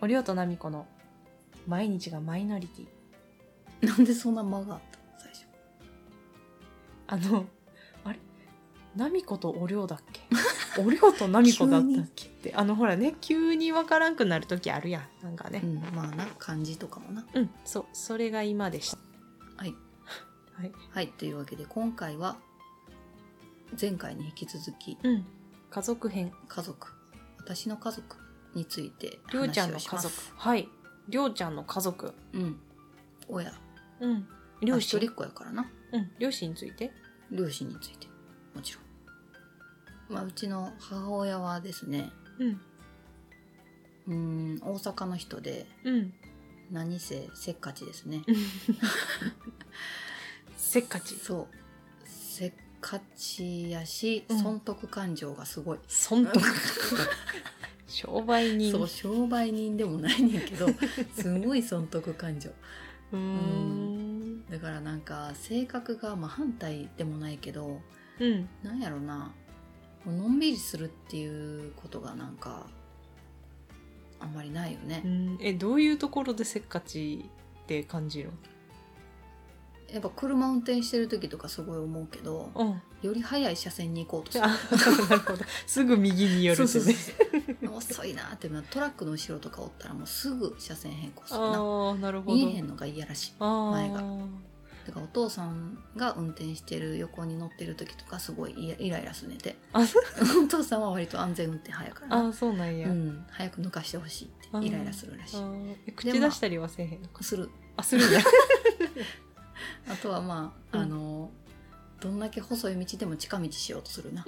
おりょうとなみこの毎日がマイノリティなんでそんな間があったの最初。あのあれなみことおりょうだっけ おりょうとなみこだったっけってあのほらね急にわからんくなる時あるやんなんかねうん、まあな、漢字とかもな。うん、そうそれが今でしたはい。はいはい、というわけで今回は、前回に引き続き、うん家族編家族、私の家族についてりょうちゃん話のをし家ま族す。はいりょうちゃんの家族うん。親、うんまあ両一親人っ子やからな。うん両親について両親について、もちろん。まあ、うちの母親はですね、うんうーん、大阪の人で、うん何せせっかちですね。せっかちそう。せっかちやし、うん損得感情がすごい。損 得商売人そう、商売人でもないねん けど、すごい損得感情。うーんだからなんか、性格が真反対でもないけど、うんなんやろな、のんびりするっていうことがなんか、あんまりないよね。うんえどういうところでせっかちって感じるやっぱ車運転してる時とかすごい思うけど、うん あより速い車線に行こうとする。なるほどすぐ右に寄るとねそうそうそう 遅いなーってトラックの後ろとかおったらもうすぐ車線変更するなああなるほど見えへんのが嫌らしいあ前がーだからお父さんが運転してる横に乗ってる時とかすごいイライライラすねてあそう お父さんは割と安全運転早いからあなーそうなんや、うん、早く抜かしてほしいあっーてイライラするらしあいーえ口出したりはせえへんのかするあす るんやあとはまあ、うんあのどんだけ細い道でも近道しようとするな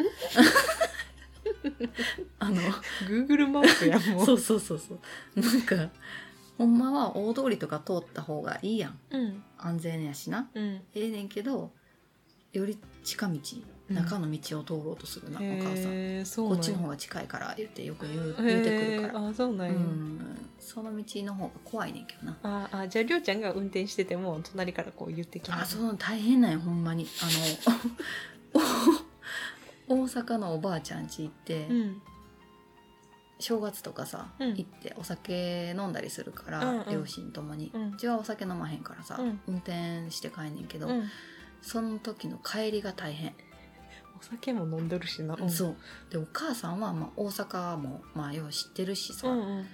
あの Google マップやもうそうそうそうそうなんかほんまは大通りとか通った方がいいやんうん安全やしなうんええねんけどより近道うん中の道を通ろうとするな、お母さんへーそうこなんっやちの方が近いから言ってよく言う言うてくるかへーあそうなんら、や、うん、その道の方が怖いねんけどなああじゃありょうちゃんが運転してても隣からこう言ってきあますそう大変なんやほんまにあの お大阪のおばあちゃん家行って、うん正月とかさ、うん行ってお酒飲んだりするから、うんうん両親ともに、ううんちはお酒飲まへんからさ、うん運転して帰んねんけど、うんその時の帰りが大変お酒も飲んどるしな、そうでお母さんはまあ大阪もまあよう知ってるしさ、うんうん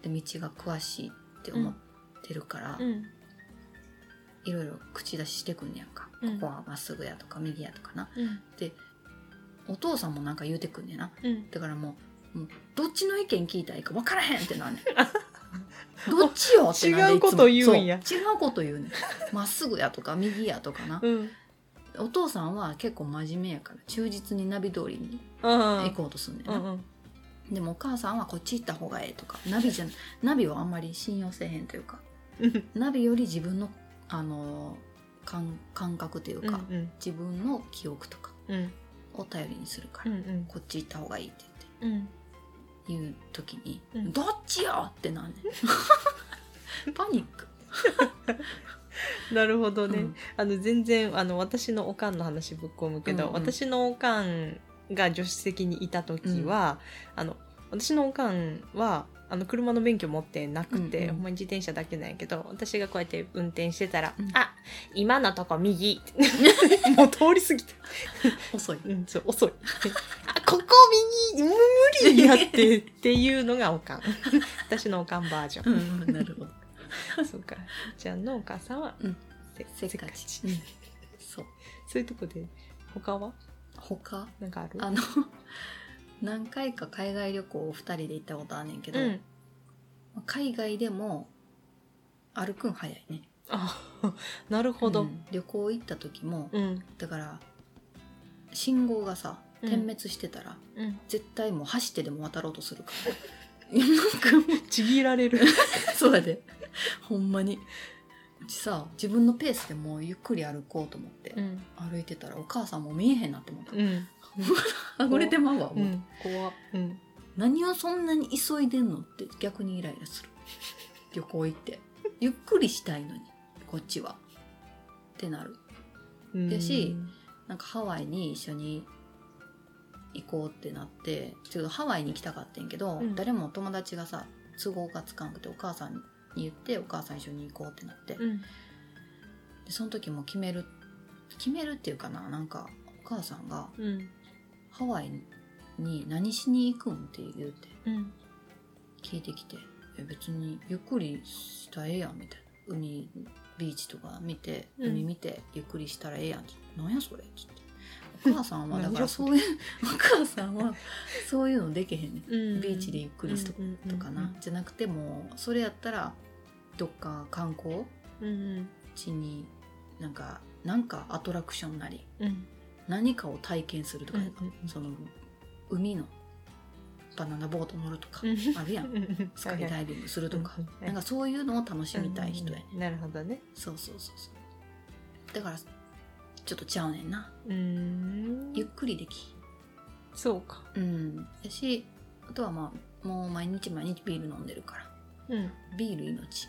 で道が詳しいって思ってるから、うんいろいろ口出ししてくんねやんか、うんここはまっすぐやとか右やとかなうんお父さんもなんか言うてくんねんなうんだからもうもうどっちの意見聞いたらいいか分からへんってなんねん どっちよってなんで違うことい言つもうんやそう違うこと言うねんまっすぐやとか右やとかな、うんお父さんは結構真面目やから忠実にナビ通りにうん行こうとすんねんうな、んうんでもお母さんはこっち行った方がええとかナビじゃナビをあんまり信用せえへんというかうんナビより自分のあの感感覚といううんか、うん自分の記憶とかうんを頼りにするかうら、んこっち行った方がいいってうん言って言う時に「うんどっちよ!」って なんねんパニック、なるほどね、うんあの全然あの私のおかんの話ぶっ込むけど、うんうん私のおかんが助手席にいた時は、あの私のおかんはあの車の免許持ってなくて、うんうんほんまに自転車だけなんやけど私がこうやって運転してたら「うんあ今のとこ右」 もう通り過ぎた、遅いうん、そう遅い「 あここ右無理やって」っていうのがおかん私のおかんバージョン。うんうんなるほど そうか。じゃあのお母さんは、うんせせせっっかかちち。うんそうそういうとこで、他は他なんかあるあの何回か海外旅行を2人で行ったことあんねんけど、うん。海外でも歩くん早いねあ、なるほうど。ん旅行行った時も、うん。だから信号がさうん点滅してたら、うん。絶対もう走ってでも渡ろうとするからなんかもちぎられる。う そうやでほんまにうちさ自分のペースでもうゆっくり歩こうと思って、ん。歩いてたらお母さんも見えへんなって思ったうん。あこれてまうわ、う思ってん。怖っうん。何をそんなに急いでんのって逆にイライラする旅行行ってゆっくりしたいのにこっちはってなるうん。やしなんかハワイに一緒に行こうってなってちょっとハワイに行きたかってんけど、うん誰も友達がさ都合がつかんくてお母さんに言ってお母さん一緒に行こうってなって、うんでその時も決める決めるっていうかななんかお母さんがうん「ハワイに何しに行くん?」って言うてうん聞いてきて「え別にゆっくりしたらええやん」みたいな「海ビーチとか見てうん海見てゆっくりしたらええやん」って「なんやそれ」っつって。お母さ んはだからそういうお母さんはそういうのできへんねんうんビーチでゆっくりするうんとかな、じゃなくてもうそれやったらどっか観光うんうん地になんかなんかアトラクションなりうん何かを体験するとか、うんうんうんその海のバナナボート乗るとかうんあ るやんうんスカイダイビングするとかうんうんうんなんかそういうのを楽しみたい人やね、うんなるほどねそうそうそうそうだからちょっとちゃうねんなうーんゆっくりできそうかうんやしあとはまあもう毎日毎日ビール飲んでるからうんうビール命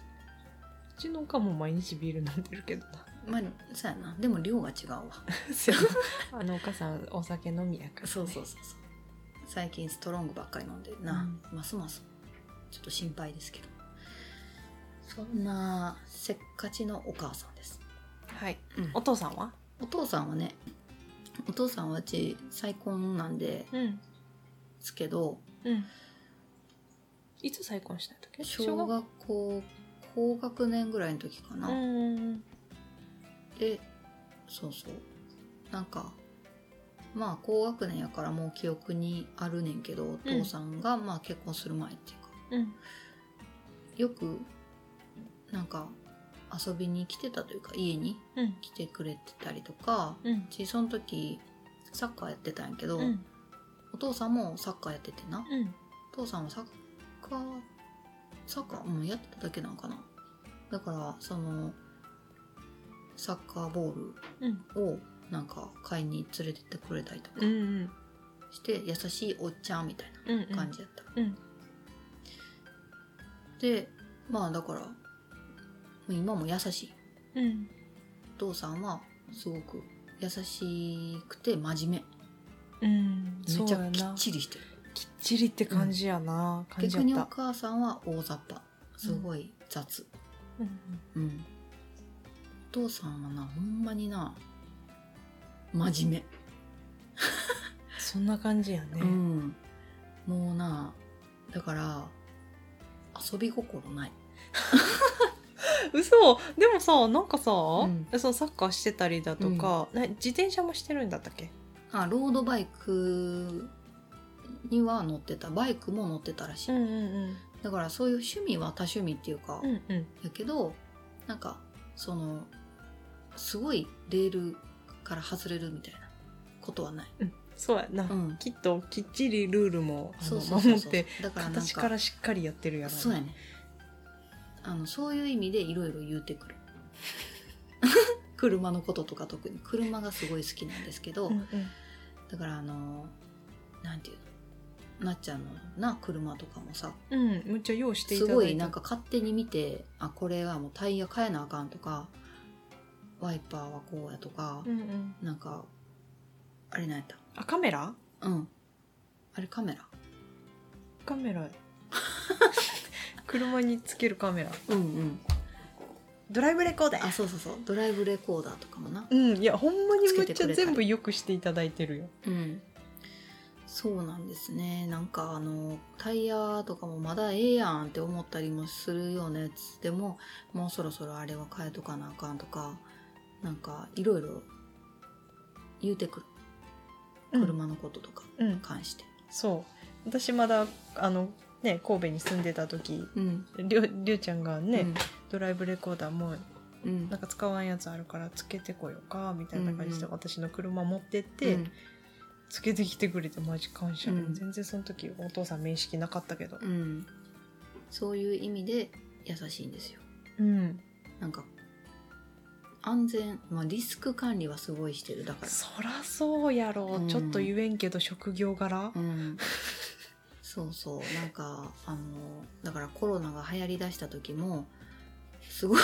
ちのおかんも毎日ビール飲んでるけどな まあそうやなでも量が違うわそうあのお母さんお酒飲みやからねそうそうそうそう最近ストロングばっかり飲んでるな、ますますちょっと心配ですけどそんなせっかちのお母さんです、はいうんお父さんはお父さんはねお父さんはうち再婚なんでうんすけどうんいつ再婚したんだっけ小学校高学年ぐらいの時かな、うんでそうそうなんかまあ高学年やからもう記憶にあるねんけどお父さんがまあ結婚する前っていうか、うんよくなんか遊びに来てたというか家にうん来てくれてたりとかうんうちその時サッカーやってたんやけど、うんお父さんもサッカーやっててなうんお父さんはサッカーサッカーうんやってただけなんかなだからそのサッカーボーうんルをなんか買いに連れてってくれたりとかうんうんして、優しいおっちゃんみたいうんうなん感じやった、うんでまあだから今も優しいうんお父さんはすごく優しくて真面うん目めそうちやゃなきっちりしてるきっちりって感じやな、感じ逆やっにおた母さんは大雑把すごい雑うんうん、お父さんはなほんまにな真面そんな感じや目、ね、うんもうなだから遊び心ない嘘でもさなんかさ、んそのサッカーしてたりだとか、な自転車もしてるんだったっけあロードバイクには乗ってたバイクも乗ってたらしい、んうんだからそういう趣味は多趣味っていうか、うんうんやけどなんかそのすごいレールから外れるみたいなことはない、そうやな、うん、きっときっちりルールもあのそうそうそう守っ そうてだからなんか形からしっかりやってるやろなそうやねあのそういう意味でいろいろ言うて くる車のこととか特に車がすごい好きなんですけど、うんうんだからあのなんていうのなっちゃんのな車とかもさうん、むっちゃ用意していたすだいたごいなんか勝手に見てあこれはもうタイヤ変えなあかんとかワイパーはこうやとかう、んうん、なんかあれなんやったあカメラうん。あれカメラカメラ 車につけるカメラうんうん。ドライブレコーダあ、そうそうそう。ドライブレコーダーとかもな。うんいやほんまにつむけってくれちたゃり全部よくしていただいてるようん。そうなんですね。なんかあの、タイヤとかもまだええやんって思ったりもするよね。つっても、もうそろそろあれは変えとかなあかんとか、なんかいろいろ言うてくる。車のこととかうん、に関して。そう私まだあのね神戸に住んでた時うん。りょりゅうちゃんがね、ドライブレコーダーもうん。うん。なんか使わんやつあるからつけてこようかみたいな感じでうん私の車持ってって、うん、つけてきてくれてマジ感謝、うん全然その時お父さん面識なかったけどうん。そういう意味で優しいんですよ。うんなんか安全、まあ、リスク管理はすごいしてるだからそらそうやろ、うんちょっと言えんけど職業柄う、ん、そうそうなんかあのだからコロナが流行りだした時もすごい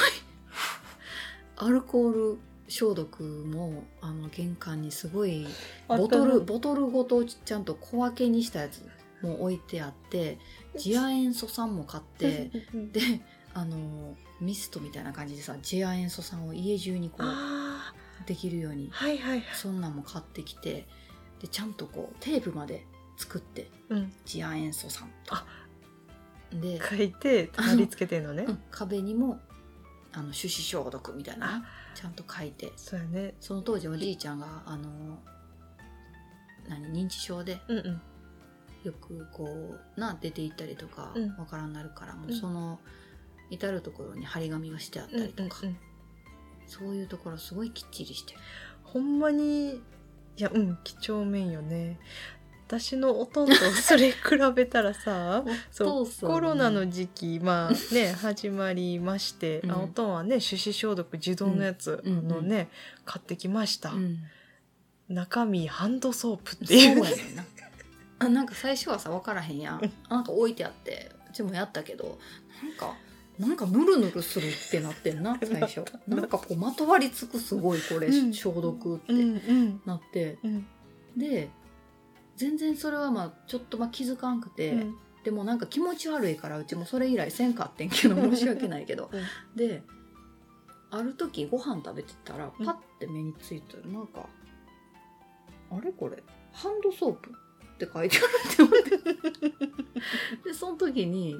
アルコール消毒もあの玄関にすごいボトルボトルごとちゃんと小分けにしたやつもう置いてあって次亜塩素酸も買ってうんうんであのミストみたいな感じでさ次亜塩素酸を家中にこう あできるようにーはいはいはい、そんなんも買ってきてでちゃんとこうテープまで作ってうん、次亜塩素酸とあで、書いて貼り付けてんのね、うん壁にもあの手指消毒みたいなあちゃんと書いてそうやねその当時おじいちゃんがあの何認知症でうんうんよくこうな出て行ったりとかうんわからんなるから、もううんその至る所に張り紙がしてあったうんりとか、うんうんそういうところすごいきっちりしてる。ほんまにいやうん几帳面よね私のおとんとそれ比べたらさ そうコロナの時期まあね始まりまして、うんあおとんはね手指消毒自動のやつ、うんあのね、買ってきました、うん中身ハンドソープっそてういやうねんな あなんか最初はさ分からへんやんあなんか置いてあってうちもやったけどなんかなんかぬるぬるするってなってん な最初なんかこうまとわりつくすごいこれ、うん消毒って うんうんなってうんで全然それはまあちょっとまあ気づかんくて、うんでもなんか気持ち悪いからうちもそれ以来せんかってんけど申し訳ないけどうんである時ご飯食べてたらうんパッて目についたらなんか「あれこれハンドソープ」って書いてあるって思ってでその時に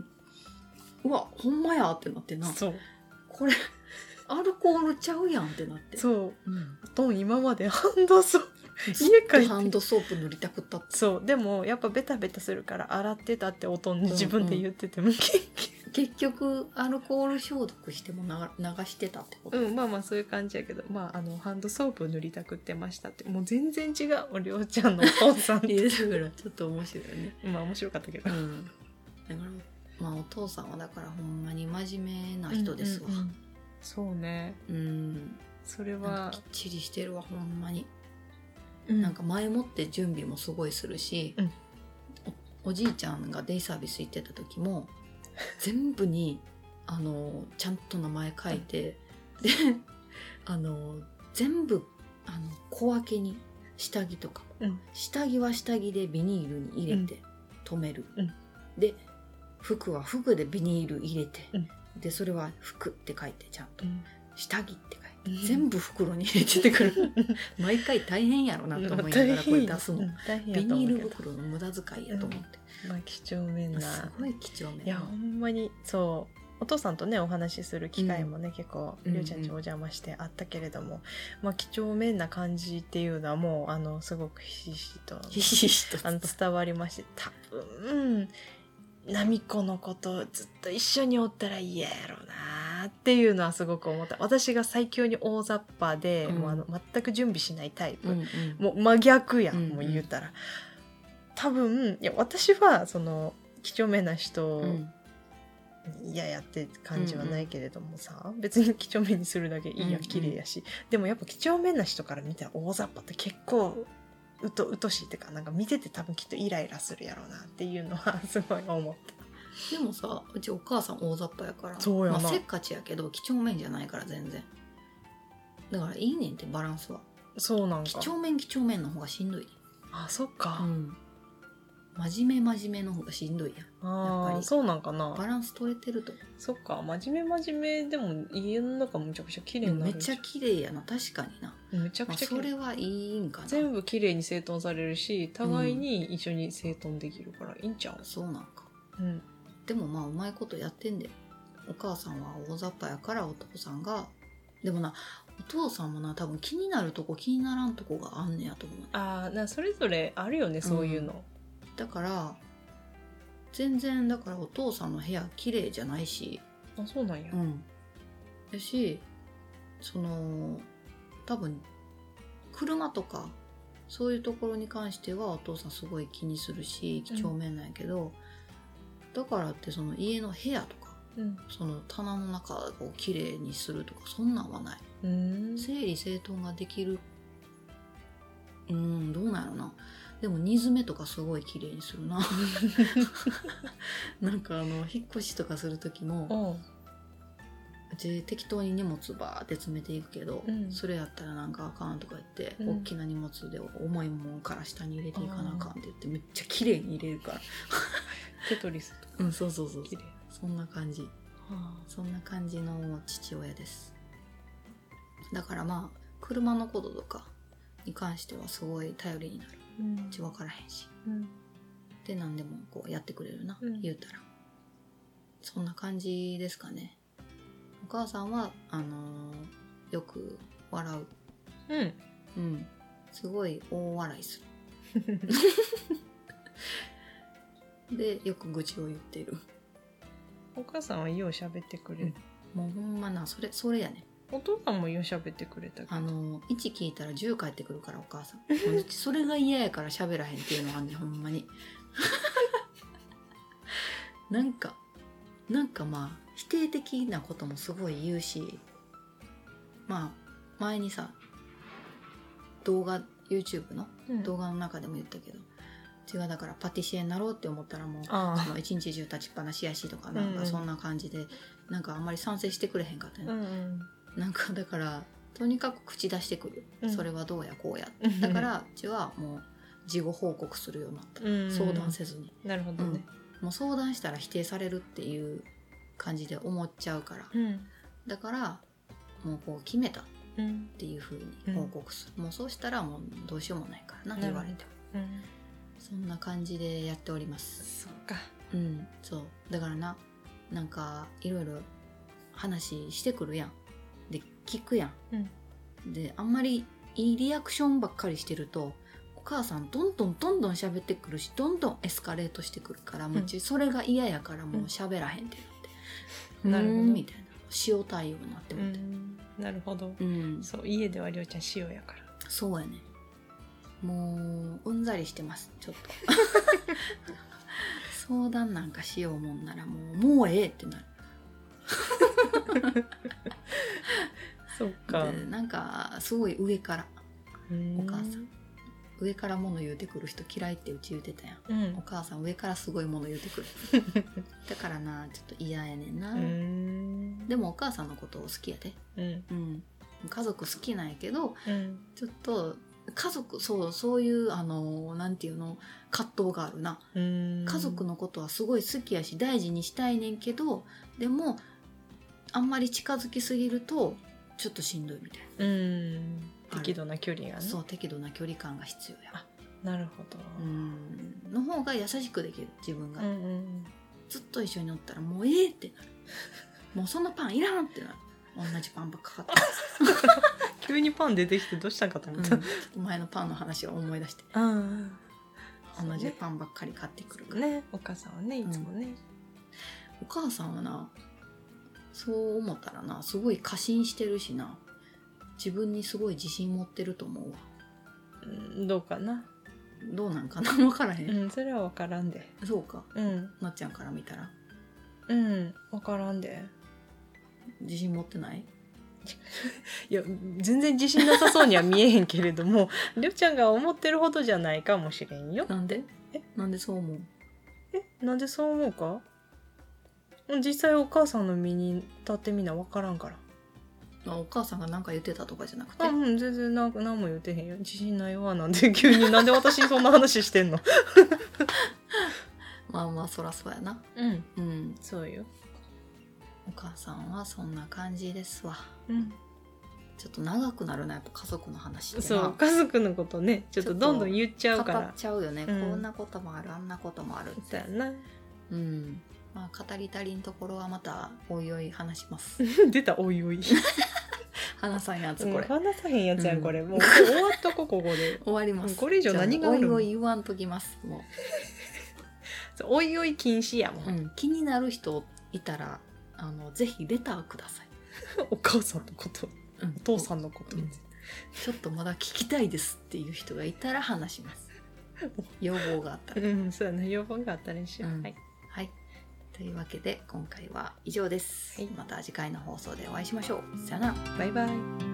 「うわほんまや」ってなってなそうこれアルコールちゃうやんってなってそううんおとん今までハンドソープ家帰ってハンドソープ塗りたくったってそうでもやっぱベタベタするから洗ってたっておとんに自分で言ってても、結局アルコール消毒してもな流してたってこ と、うん、まあまあそういう感じやけど、まあ、あのハンドソープ塗りたくってましたってもう全然違うおりょうちゃんのお父さん っいてやだからちょっと面白い ねまあ面白かったけうどんだからまあお父さんはだからほんまに真面目な人ですわうんうんうんそうねうん,、それなんはかきっちりしてるわほんまに、うんなんか前もって準備もすごいするし、うんおおじいちゃんがデイサービス行ってた 時も全部にあのちゃんと名前書いて、であの全部あの小分けに下着とかうも、ん下着は下着でビニールに入れて留める、うんで服は服でビニール入れて、うんでそれは服って書いてちゃんとうん下着って書いうて。ん全部袋に入れて てくる毎回大変やろなと思いながらこれ出すの、うん大変やビと思ニうーけルど袋の無駄遣いやと思って、まあ貴重面なすごい貴重面いやほんまにそうお父さんとねお話しする機会もね、結構うんうんりゅうちゃんちお邪魔してあったけれども、まあ几帳面な感じっていうのはもうあのすごくひしひしとひしひしとあの伝わりまして多分ナミコのことずっと一緒におったら嫌やろなっていうのはすごく思った私が最強に大雑把で、うんもうあの全く準備しないタイプ、うんうんもう真逆やん、うんもう言うたら多分いや私はその几帳面な人うん嫌やって感じはないけれどもさ、別に几帳面にするだけいいやうんうん綺麗やし、でもやっぱ几帳面な人から見たら大雑把って結構うとうとしいっていうかなんか見てて多分きっとイライラするやろうなっていうのはすごい思っでもさうちお母さん大雑把やからそうやなまあ、せっかちやけど几帳面じゃないから全然だからいいねんってバランスはたそうなん几か帳面几帳面の方がしんどい、あそっかう、ん、真面目真面目の方がしんどいやんやっあぱありそうなんかバなランス取れてると思うそっか真面目真面目でも家の中むちゃくちゃ綺麗でにもなめるっちゃ綺麗やな確かにな、めちゃまくあ、ちゃそ綺麗れはいいんかな全部綺麗に整頓されるし互いに一緒に整頓できるからいいんちゃう、そうなんかうん、でもまあうまいことやってんだよお母さんは大雑把やからお父さんがでもなお父さんもな多分気になるとこ気にならんとこがあんねやと思うああなそれぞれあるよねそういうの、だから全然だからお父さんの部屋綺麗じゃないしあそうなんや、んやしその多分車とかそういうところに関してはお父さんすごい気にするし几帳面なんやけど、だからってその家の部屋とかうんその棚の中をきれいにするとかそんなんはないうん整理整頓ができるうんどうなんやろなでも煮詰めとかすごいきれいにす るななんかあの引っ越しとかする時もおううち適当に荷物バーって詰めていくけど、うんそれやったらなんかあかんとか言って、うん大きな荷物で重いもんから下に入れていかなあかんって言ってめっちゃ綺麗に入れるからテトリスとうんそうそうそう綺麗そんな感じはそんな感じの父親ですだからまあ車のこととかに関してはすごい頼りになるあうんうち分からへんしうんで何でもこうやってくれるな、うん言うたらそんな感じですかねお母さんはあのーよく笑ううんうんすごい大笑い するでよく愚痴を言っているお母さんはよう喋ってくれる、もうほんまなそれそれやねお父さんもよう喋ってくれたけどあの1聞いたら10返ってくるからお母さ んもううちそれが嫌やから喋らへんっていうのはねんほんまに なんかなんかまあ否定的なこともすごい言うしまあ前にさ動画 YouTube のうん動画の中でも言ったけど、違うだからパティシエになろうって思ったらもうあその一日中立ちっぱなしやしとかなんうんうかんそんな感じで、なんかあんまり賛成してくれへんかったね、あうんなんかだからとにかく口出してくる、うんそれはどうやこうやうんだからうちはもう事後報告するようになった、うん相談せずになるほどねもう相談したら否定されるっていう感じで思っちゃうからうんだからもうこう決めたっうんていうふうに報告する、もうそうしたらもうどうしようもないからなな言るほわどれてもうんそんな感じでやっておりますそっかうんそうだからななんかいろいろ話してくるやんで聞くやん、であんまりいいリアクションばっかりしてるとお母さんどんどんどんどん喋ってくるしどんどんエスカレートしてくるからもううちそれが嫌やからもう喋らへんってうんなって、なるほどうーんみたいな塩対応になってうもってんなるほどうん、そう家ではりょうちゃん塩やからそうやねもううんざりしてますちょっ と相談なんかしようもんならもうもうええってなるそっでなんかすごい上からお母さん上から物言うてくる人嫌いってうち言うてたやんうんお母さん上からすごい物言うて くるだからなちょっと嫌やねんな、うんでもお母さんのこと好きやでうんうん家族好きなんやけどうんちょっと家族そうそういうあのなんていうの葛藤があるなうん家族のことはすごい好きやし大事にしたいねんけどでもあんまり近づきすぎるとちょっとしんどいみたいうんある適度な距離がなねそう適度な距離感が必要やなるほどうんの方が優しくできる自分が、うんうんずっと一緒におったらもうええってなる もうそのパンいらんってなる同じパンばっかかかっ急にパン出てきてどうしたんかとた、思っちたょっと前のパンの話を思い出してうん同じパンばっかり買ってくるから、ねお母さんはねいつもねお母さんはなそう思ったらなすごい過信してるしな自分にすごい自信持ってると思うわうんどうかなどうなんかな 分からへん、うんそれは分からんでそうかうんなっちゃんから見たらうん分からんで自信持ってないいや全然自信なさそうには見えへんけれども りょうちゃんが思ってるほどじゃないかもしれんよなんでえなんでそう思うえなんでそう思うかうん実際お母さんの身に立ってみな分からんからあお母さんが何か言ってたとかじゃなくてあうん全然なんか何も言ってへんよ自信ないわなんで急になんで私にそんな話してんのまあまあそらそうやなうんうんそうよお母さんはそんな感じですわうんちょっと長くなるなやっぱ家族の話ってなそう家族のことねちょっとどんどん言っちゃうか語っらちゃうよね、うんこんなこともあるあんなこともあるそうやなうんまあ語り足りんところはまたおいおい話します 出たおいおい話さんやつもこうれ、話さへんやつやうんんこれ、もう終わったこここで終わりまうすんこれ以上何があるじゃのおいおい言わんときますも そうおいおい禁止やもん、う、うん、気になる人いたらあのぜひレターください、 お母さんのことうん、お父さんのこと、うんちょっとまだ聞きたいですっていう人がいたら話し ます要望があったらうんそうやな要望があったらしよう、うんはいはい。というわけで今回は以上です。はいまた次回の放送でお会いしましょう。さよなら。バイバイ